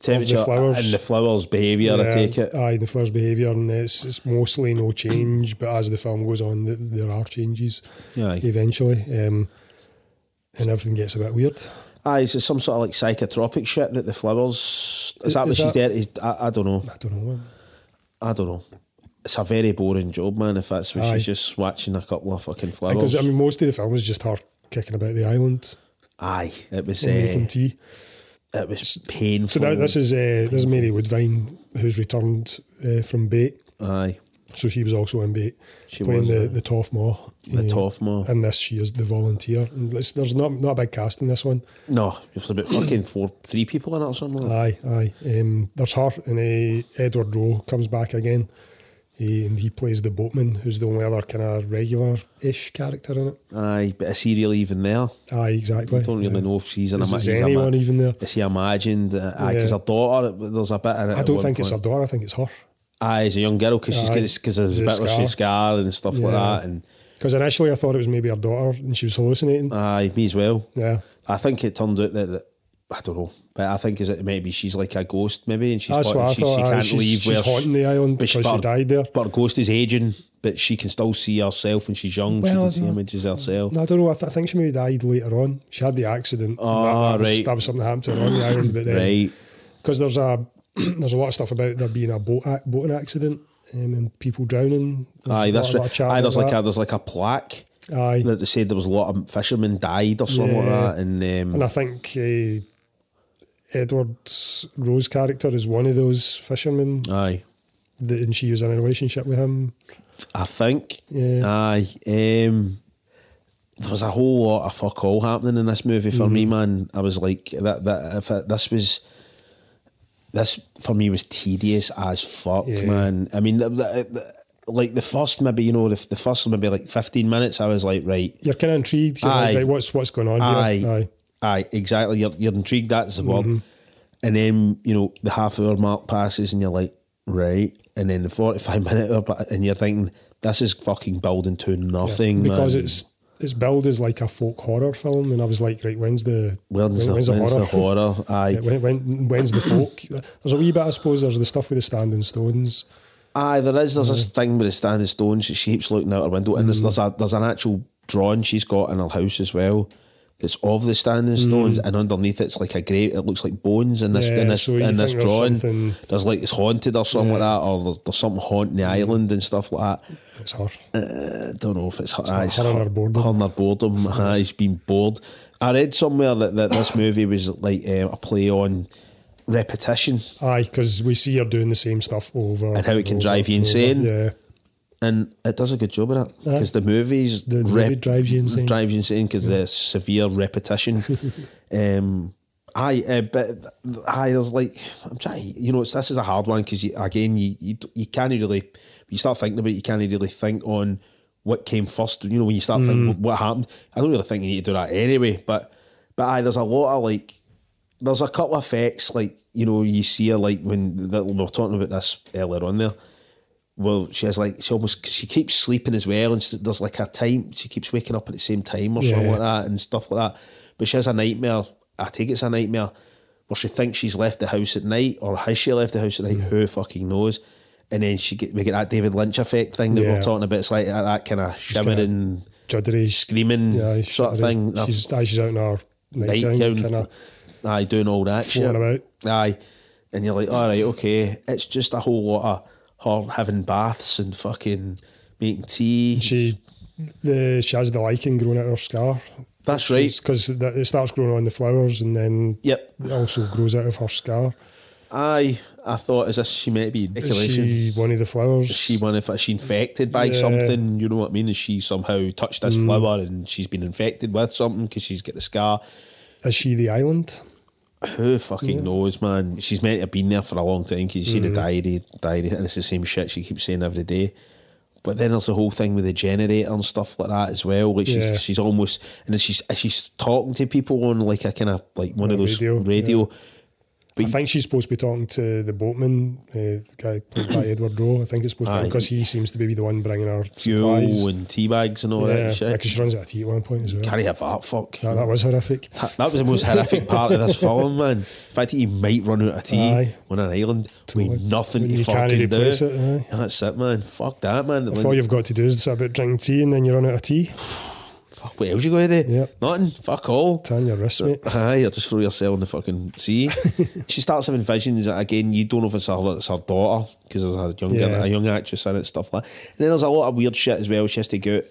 B: temperature
A: flowers.
B: and the flowers' behaviour. I
A: Yeah, Uh,
B: take it.
A: Aye, the flowers' behaviour, and it's, it's mostly no change, but as the film goes on, th- there are changes
B: Aye.
A: eventually. Um, and everything gets a bit weird.
B: Aye, is it some sort of like psychotropic shit that the flowers? Is
A: Is-
B: that what
A: is
B: she's
A: that-
B: there? Is, I, I don't know.
A: I don't know.
B: I don't know. It's a very boring job, man. If that's what
A: Aye.
B: she's just watching a couple of fucking flowers.
A: Because I mean, most of the film is just her kicking about the island
B: Aye, it was.
A: and
B: Uh,
A: making tea.
B: it was painful.
A: So now this is uh, this is Mary Woodvine who's returned uh, from bait.
B: aye.
A: So she was also in bait,
B: She
A: playing
B: was,
A: the,
B: uh,
A: the Toff Maw.
B: The Toff Maw.
A: And this she is the volunteer. And it's- there's not not a big cast in this one.
B: No, it was about fucking four, three people in it or something. Like that.
A: Aye, aye. Um, there's her and uh, Edward Rowe comes back again. He, and he plays the boatman, who's the only other kind of regular-ish character in it.
B: Aye, but is he really even there?
A: Aye, exactly.
B: I don't really
A: Yeah.
B: know if she's in a.
A: Is-
B: ma-
A: is
B: he's a ma-
A: anyone even there?
B: Is he imagined? Uh, aye, because
A: Yeah.
B: her daughter. There's a bit in it.
A: I
B: at
A: don't
B: one
A: think it's her
B: point.
A: daughter. I think it's her.
B: Aye, it's a young girl because she's
A: Aye,
B: because there's a
A: the
B: bit where she's scarred and stuff like
A: Yeah.
B: that. And
A: Because initially I thought it was maybe her daughter and she was hallucinating.
B: aye, me as well.
A: yeah.
B: I think it turns out that, that- I don't know, but I think is it maybe she's like a ghost, maybe, and she's
A: That's
B: part-
A: what I
B: she,
A: thought,
B: she
A: aye,
B: can't
A: she's-
B: leave.
A: she's
B: where
A: haunting the island
B: but she's-
A: because she
B: but-
A: died there.
B: But her ghost is aging, but she can still see herself when she's young.
A: Well,
B: she can see
A: no-
B: images herself.
A: No, I don't know. I, th- I think she maybe died later on. She had the accident. and
B: Ah,
A: that, that was-
B: right.
A: that was something that happened to her on the island. But then,
B: Right,
A: Because there's a there's a lot of stuff about there being a boat ac- boating accident um, and people drowning. There's
B: aye,
A: a lot-
B: that's
A: lot of
B: right.
A: chat
B: Aye,
A: about
B: there's like a
A: that.
B: there's like a plaque
A: aye.
B: that they said there was a lot of fishermen died or something
A: Yeah.
B: like that, and um,
A: And I think uh, Edward Rose's character is one of those fishermen,
B: aye,
A: that, and she was in a relationship with him.
B: I think,
A: Yeah.
B: aye, um, there was a whole lot of fuck all happening in this movie for
A: Mm-hmm.
B: me, man. I was like that that if it, this was. this for me was tedious as fuck,
A: Yeah.
B: man. I mean, the, the, the- like the first maybe you know the, the first maybe like fifteen minutes, I was like, right,
A: You're kind of intrigued. You're like,
B: Aye.
A: right, what's what's going on
B: aye,
A: here?
B: aye, Mm-hmm.
A: Aye.
B: exactly. You're you're intrigued. That's the word. And then you know the half hour mark passes, and you're like, right. And then the forty five minute, hour pa- and you're thinking this is fucking building to nothing,
A: because
B: man.
A: it's it's billed as like a folk horror film, and I was like, right, when's the
B: when's the, when's the horror? Aye,
A: Yeah, when, when, when's the folk? There's a wee bit, I suppose. There's the stuff with the standing stones.
B: Aye, there is. There's
A: Mm.
B: this thing with the standing stones. She keeps looking out her window, and there's there's, a, there's an actual drawing she's got in her house as well. That's of the standing stones, and underneath it's like a grave. It looks like bones in this
A: Mm. Yeah,
B: in this
A: so you
B: in
A: think there's
B: this drawing.
A: something-
B: There's like it's haunted or something like that, or there's, there's something haunting the
A: Mm.
B: island and stuff like that.
A: It's her.
B: Uh, I don't know if it's her,
A: not
B: aye, it's
A: her and her boredom.
B: her and her boredom. Aye, she's been bored. I read somewhere that, that this movie was like um, a play on repetition
A: Aye, because we see her doing the same stuff over
B: And how it can drive you
A: and
B: insane.
A: Yeah,
B: and it does a good job of that
A: Aye.
B: because the movies
A: The- the movie drives you insane.
B: drives you insane because the severe repetition. um, aye, uh, but th- aye, there's like I'm trying. You know, it's, this is a hard one because you, again, you, you d- you can't really. You start thinking about it, you can't really think on what came first. You know, when you start
A: Mm.
B: thinking what- what happened, I don't really think you need to do that anyway. But but aye, there's a lot of like there's a couple of effects like you know you see her like when the, we were talking about this earlier on there. Well, she has like she almost she keeps sleeping as well, and she, there's like a time she keeps waking up at the same time or something
A: Yeah.
B: like that and stuff like that. But she has a nightmare. I think it's a nightmare where she thinks she's left the house at night, or has she left the house at night? Who fucking knows? And then she get we get that David Lynch effect thing that we
A: Yeah.
B: were talking about. It's like that, that kind of shivering,
A: juddery.
B: screaming
A: aye,
B: Hmm. sort of
A: juddery.
B: thing. That's-
A: She's, aye, she's out in her nightgown,
B: nightgown.
A: kind of
B: aye, doing all that shit.
A: Floating about.
B: Aye. And you're like, all right, okay. It's just a whole lot of her having baths and fucking making tea.
A: she the she has the lichen growing out her scar.
B: That's right.
A: because it starts growing on the flowers and then
B: Yep.
A: it also grows out of her scar.
B: Aye, I thought, is this she might be in
A: Is
B: regulation?
A: she one of the flowers?
B: she one if she infected by
A: Yeah. Mm.
B: something you know what I mean is she somehow touched this flower and she's been infected with something because she's got the scar
A: Is she the island?
B: who fucking knows man she's meant to have been there for a long time because you see the
A: Mm.
B: diary diary and it's the same shit she keeps saying every day but then there's the whole thing with the generator and stuff like that as well like she's,
A: Yeah.
B: she's almost and then she's she's talking to people on like a kind of like one of
A: On a
B: those
A: radio,
B: radio,
A: I think she's supposed to be talking to the boatman, uh, the guy played by Edward Rowe. I think it's supposed to
B: Aye.
A: be because he seems to be the one bringing her
B: fuel
A: supplies.
B: and tea bags and all
A: yeah,
B: that shit
A: because she runs out of tea at one point as well.
B: can't have that fuck
A: That, that was horrific.
B: That, that was the most horrific part of this film, man. The fact that you might run out of tea
A: Aye.
B: on an island with
A: Totally.
B: nothing
A: When
B: to
A: you can't
B: fucking do.
A: replace it, aye.
B: That's it, man. Fuck that, man.
A: If all you've got to do is sit about drinking tea and then you run out of tea,
B: Fuck, what else you got to do?
A: Yep.
B: Nothing. Fuck all.
A: it's on your wrist, mate.
B: Aye, or just throw yourself in the fucking sea. she starts having visions that, again. You don't know if it's her, it's her daughter because there's a young girl-
A: Yeah.
B: a young actress in it, stuff like. And then there's a lot of weird shit as well. She has to go. out,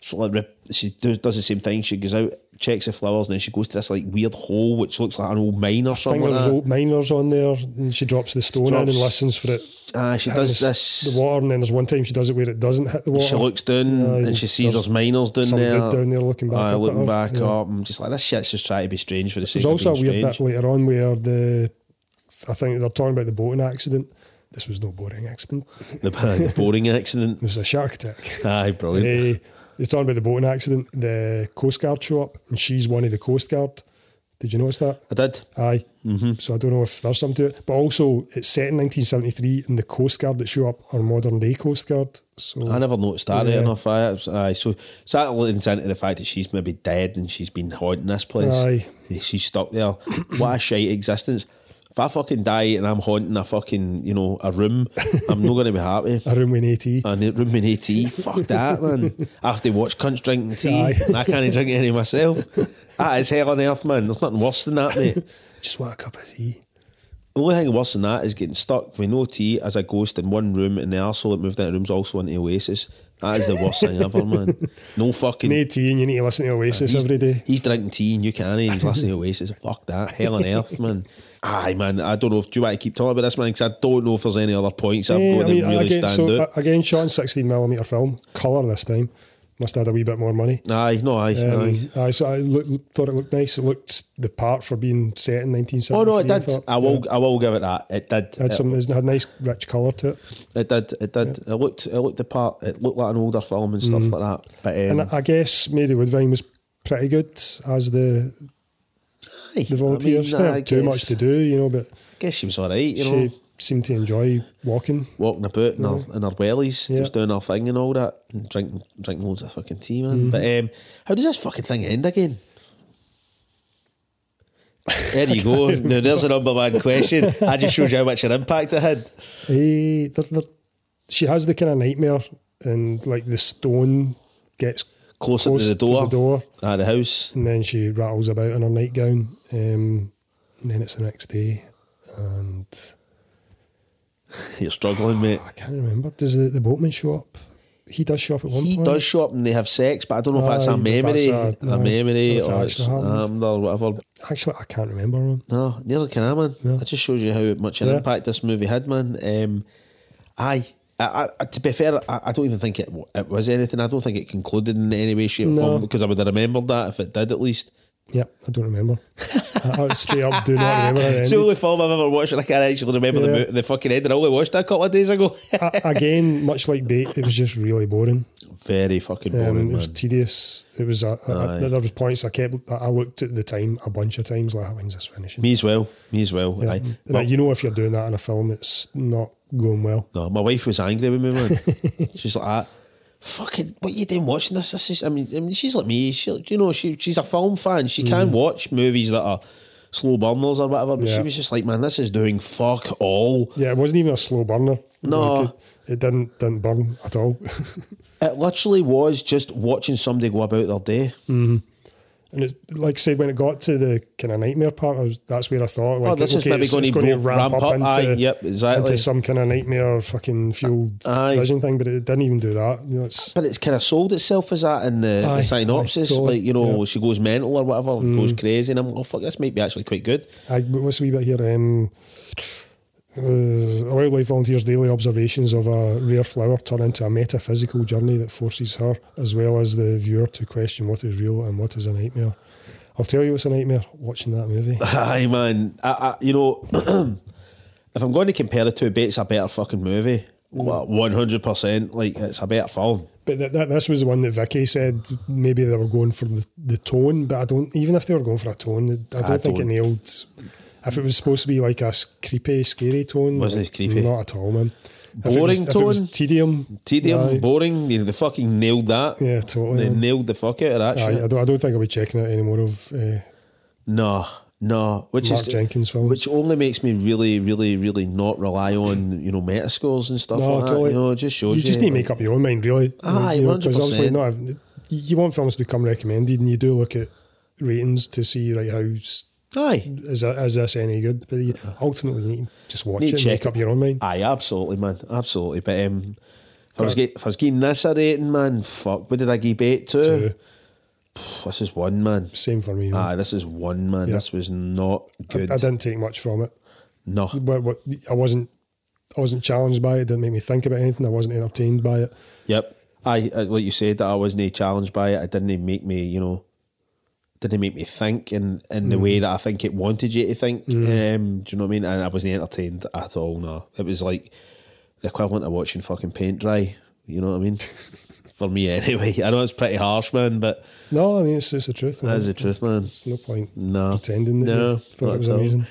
B: sort of rip, she does, does the same thing. She goes out, checks the flowers, and then she goes to this like weird hole which looks like an old mine or
A: I
B: something.
A: think
B: like
A: there's
B: that.
A: old miners on there, and she drops the stone in and
B: Drops-
A: listens for it.
B: Ah, she
A: hitting
B: does
A: the,
B: this.
A: The water, and then there's one time she does it where it doesn't hit the water.
B: she looks down
A: Aye,
B: and she sees there's miners down
A: some
B: there.
A: dude down there looking back
B: Aye,
A: up at
B: looking
A: her,
B: back
A: yeah.
B: up. I'm just like this shit's just trying to be strange for the sake
A: There's also a
B: of
A: weird
B: being
A: bit
B: strange.
A: later on where the I think they're talking about the boating accident. This was no boating accident.
B: The, the boring accident.
A: It was a shark attack.
B: Aye, brilliant.
A: Eh, they're talking about the boating accident. The Coast Guard show up, and she's one of the Coast Guard. Did you notice that?
B: I did.
A: Aye. So I don't know if there's something to it. But also, it's set in 1973, and the Coast Guard that show up are modern day Coast Guard. So
B: I never noticed that eh, right
A: Yeah.
B: enough. Aye, it was- aye. So, so that leads into the fact that she's maybe dead and she's been haunting this place.
A: Aye.
B: She's stuck there. what a shite existence. If I fucking die and I'm haunting a fucking, you know, a room, I'm not going to be happy.
A: a room with an AT.
B: And it room in tea. Fuck that, man. I have to watch cunts drinking tea.
A: Aye.
B: and I can't drink any myself. That is hell on earth, man. There's nothing worse than that, mate.
A: Just want a cup of tea.
B: The only thing worse than that is getting stuck with no tea as a ghost in one room and the arsehole that moved out of room's also into Oasis. That is the worst thing ever, man. No fucking.
A: An AT, and you need to listen to Oasis every day.
B: He's drinking tea and you can't, and he's listening to Oasis. Fuck that. Hell on earth, man. Aye, man. I don't know if. Do you want to keep talking about this, man? Because I don't know if there's any other points I've
A: Yeah,
B: got that really
A: again,
B: stand
A: so, uh,
B: out.
A: a- again, shot in 16 millimeter film, colour this time. Must have had a wee bit more money.
B: aye, no, aye.
A: Um,
B: aye.
A: aye, so I look, thought it looked nice. It looked the part for being set in 1973.
B: Oh no, it did.
A: thought,
B: I will. I will give it that. It did.
A: Had
B: It,
A: some it had nice rich colour to it,
B: it did. It did. It looked. It looked the part. It looked like an older film and stuff like that. But um,
A: Mm. and I I guess Mary Woodvine was pretty good as the
B: aye,
A: the volunteer.
B: I mean,
A: She didn't
B: I
A: have too much
B: guess-
A: to do, you know, but
B: I guess she was all right. You
A: she
B: know,
A: seemed to enjoy walking.
B: walking about in her in her wellies,
A: Yeah.
B: just doing her thing and all that, and drinking drinking loads of fucking tea,
A: Mm.
B: man. But um, how does this fucking thing end again? There you go. now there's a number one question. I just showed you how much an impact it had.
A: Eh, there- there- she has the kind of nightmare, and like the stone gets
B: Closer
A: close
B: to the door.
A: To the door.
B: At the house.
A: And then she rattles about in her nightgown. Um, and then it's the next day, and
B: You're struggling, mate.
A: I can't remember. Does the, the boatman show up? He does show up at one
B: He
A: point.
B: does show up and they have sex, but I don't know if that's
A: Aye,
B: a
A: if
B: memory,
A: that's a-
B: a,
A: aye,
B: memory,
A: if it
B: or
A: actually
B: it's
A: happened.
B: um, or whatever.
A: Actually, I can't remember him.
B: No, neither can I, man.
A: Yeah.
B: That just shows you how much an
A: Yeah.
B: impact this movie had, man. Um, aye. I, I, to be fair, I, I don't even think it, w- it was anything. I don't think it concluded in any way, shape, or
A: No.
B: form because I would have remembered that if it did, at least.
A: Yeah, I don't remember. I, I straight up do not remember. how it
B: It's the
A: ended.
B: only film I've ever watched, and I can't actually remember
A: Yeah.
B: the the, the fucking ending. I only watched that a couple of days ago.
A: A- again, much like Bait, it was just really boring.
B: Very fucking
A: Um,
B: boring,
A: it was
B: man.
A: tedious. It was. A, a- a-
B: Aye.
A: there was points I kept. I- I looked at the time a bunch of times. Like, when's this finishing?
B: Me as well. Me as well.
A: Yeah.
B: Aye.
A: And,
B: But-
A: like, you know, if you're doing that in a film, it's not going well.
B: No, my wife was angry with me, man. she's like, ah, fucking, what you doing watching this? This is, I mean, I mean, she's like me. She, you know, she she's a film fan. She can watch movies that are slow burners or whatever. But she
A: Mm-hmm. Yeah.
B: was just like, man, this is doing fuck all.
A: Yeah, it wasn't even a slow burner.
B: No.
A: Like, it, it didn't didn't burn at all.
B: It literally was just watching somebody go about their day.
A: and it's like I said, when it got to the kind of nightmare part, I was, that's where I thought, like,
B: Oh, this is
A: okay,
B: maybe
A: it's, it's going
B: gonna
A: to
B: go-
A: ramp,
B: ramp
A: up,
B: up,
A: into,
B: aye, yep, exactly.
A: into some kind of nightmare fucking fueled
B: Aye.
A: vision thing, but it didn't even do that. You know, it's
B: But it's kind of sold itself as that in the,
A: Aye,
B: the synopsis.
A: aye, totally,
B: Like, you know,
A: yeah. Mm.
B: she goes mental or whatever, goes crazy. And I'm like, oh, fuck, this might be actually quite good.
A: I, what's a wee bit here? Um, Uh, a wildlife volunteer's daily observations of a rare flower turn into a metaphysical journey that forces her, as well as the viewer, to question what is real and what is a nightmare. I'll tell you it's a nightmare watching that movie.
B: Aye, man. I, I, you know, if I'm going to compare the two, it's a better fucking movie. One hundred percent. Like it's a better film.
A: But that, that, this was the one that Vicky said maybe they were going for the, the tone, but I don't, even if they were going for a tone, I don't
B: I
A: think
B: don't.
A: it nailed. If it was supposed to be like a s- creepy, scary tone,
B: Wasn't
A: like,
B: it creepy?
A: Not at all, man.
B: Boring
A: if it was, If it
B: tone?
A: was tedium.
B: Tedium,
A: aye.
B: boring. You know, they fucking nailed that.
A: Yeah, totally,
B: They
A: man.
B: nailed the fuck out of
A: Aye,
B: that shit.
A: I, don't, I don't think I'll be checking it anymore of uh,
B: No, no. Which
A: Mark
B: is
A: Jenkins films.
B: Which only makes me really, really, really not rely on you know meta scores and stuff
A: No,
B: like
A: totally.
B: that. You know, it just shows you.
A: You just need to make up your own mind, really.
B: Aye,
A: you know, 'cause
B: 100%.
A: obviously, not you you want films to become recommended, and you do look at ratings to see like how s-
B: Aye,
A: is that, is this any good. But you, ultimately, you need to just watch
B: Uh-huh. Need
A: it,
B: to
A: and make
B: check Ah,
A: up your own mind.
B: aye, absolutely, man, absolutely. But um, if I was
A: Right.
B: get, if I was giving this a rating, man, fuck, what did I give eight to?
A: Two.
B: This is one, man.
A: Same for me. man.
B: Aye, this is one, man.
A: Yeah.
B: This was not ah, good.
A: I, I didn't take much from it.
B: no,
A: But what, I wasn't. I wasn't challenged by it. It didn't make me think about anything. I wasn't entertained by it.
B: Yep. I, I like you said that I wasn't eh challenged by it. It didn't eh make me, you know, didn't make me think in in the
A: Mm.
B: way that I think it wanted you to think. Um, do you know what I mean? And I wasn't entertained at all. No, it was like the equivalent of watching fucking paint dry. You know what I mean? For me, anyway. I know it's pretty harsh, man, but
A: No, I mean it's, it's the truth. man.
B: that's the truth, man.
A: It's no point
B: No,
A: pretending that
B: no,
A: you thought
B: not
A: it was
B: at all.
A: amazing.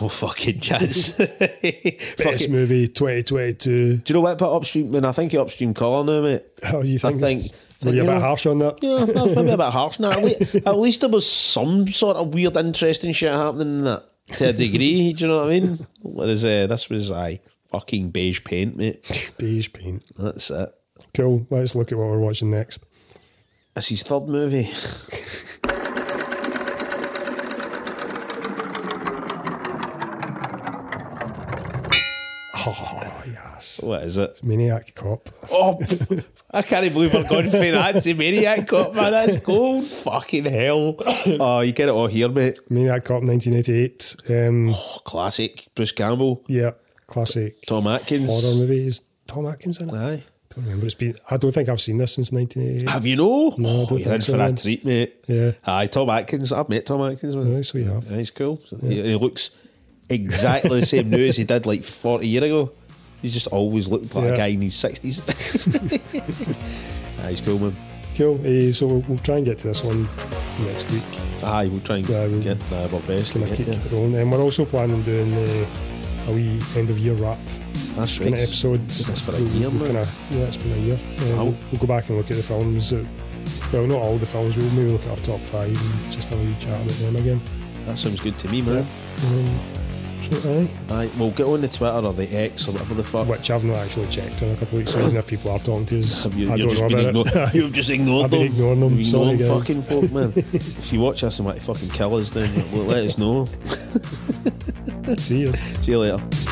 B: No fucking chance.
A: Best
B: Fucking-
A: movie 2022.
B: Do you know what? But upstream, when I think of upstream color now, mate.
A: Oh, you think?
B: I think,
A: it's- were
B: think,
A: you a
B: you
A: bit
B: know,
A: harsh on that?
B: you know, that was maybe a bit harsh. Now, at, le- at least there was some sort of weird, interesting shit happening in that to a degree. do you know what I mean? Whereas uh, this was I fucking beige paint, mate.
A: Beige paint.
B: That's it.
A: Cool. Let's look at what we're watching next.
B: That's his third movie.
A: Oh, yes.
B: What is it?
A: Maniac Cop.
B: Oh, pff, I can't believe I've gone for that. Maniac Cop, man. That's gold. Fucking hell. Oh, you get it all here, mate.
A: Maniac Cop 1988. Um,
B: Oh, classic. Bruce Campbell,
A: yeah, classic
B: Tom Atkins.
A: horror movie. Is Tom Atkins in it?
B: Aye.
A: don't remember. It's been, I don't think I've seen this since 1988.
B: Have you no?
A: I
B: oh,
A: don't
B: you're in
A: think so,
B: for a
A: man.
B: treat, mate.
A: Yeah.
B: Aye, Tom Atkins. I've met Tom Atkins. man.
A: Right, so you have.
B: Yeah, he's cool. He, he looks exactly the same now as he did like 40 years ago. He's just always looked like a
A: Yeah.
B: guy in his 60s. Aye, he's cool, man.
A: Cool. Eh, so we'll, we'll try and get to this one next week.
B: Aye, we'll try and
A: Yeah, we'll-
B: get uh, our best to
A: Gonna
B: get
A: keep,
B: there.
A: it rolling. And we're also planning doing uh, a wee end of year wrap
B: That's right.
A: kind of episode.
B: That's for a
A: We'll-
B: year,
A: we'll
B: man.
A: kinda- yeah, it's been a year. Eh,
B: Wow.
A: we'll, we'll go back and look at the films. That, well, not all the films. We'll maybe look at our top five and just have a wee chat about them again.
B: That sounds good to me, man.
A: So, aye.
B: Aye, we'll get on the Twitter or the X or whatever the fuck.
A: Which I've not actually checked in a couple of weeks, so even if people are talking to us,
B: Have you,
A: I
B: you've,
A: don't
B: just
A: know
B: been
A: about
B: ignored,
A: it.
B: you've just ignored
A: I've been
B: them.
A: ignoring them,
B: You've ignored
A: sorry, guys.
B: fucking folk, man. if you watch us and want to fucking kill us, then well, let us know.
A: See you.
B: See you later.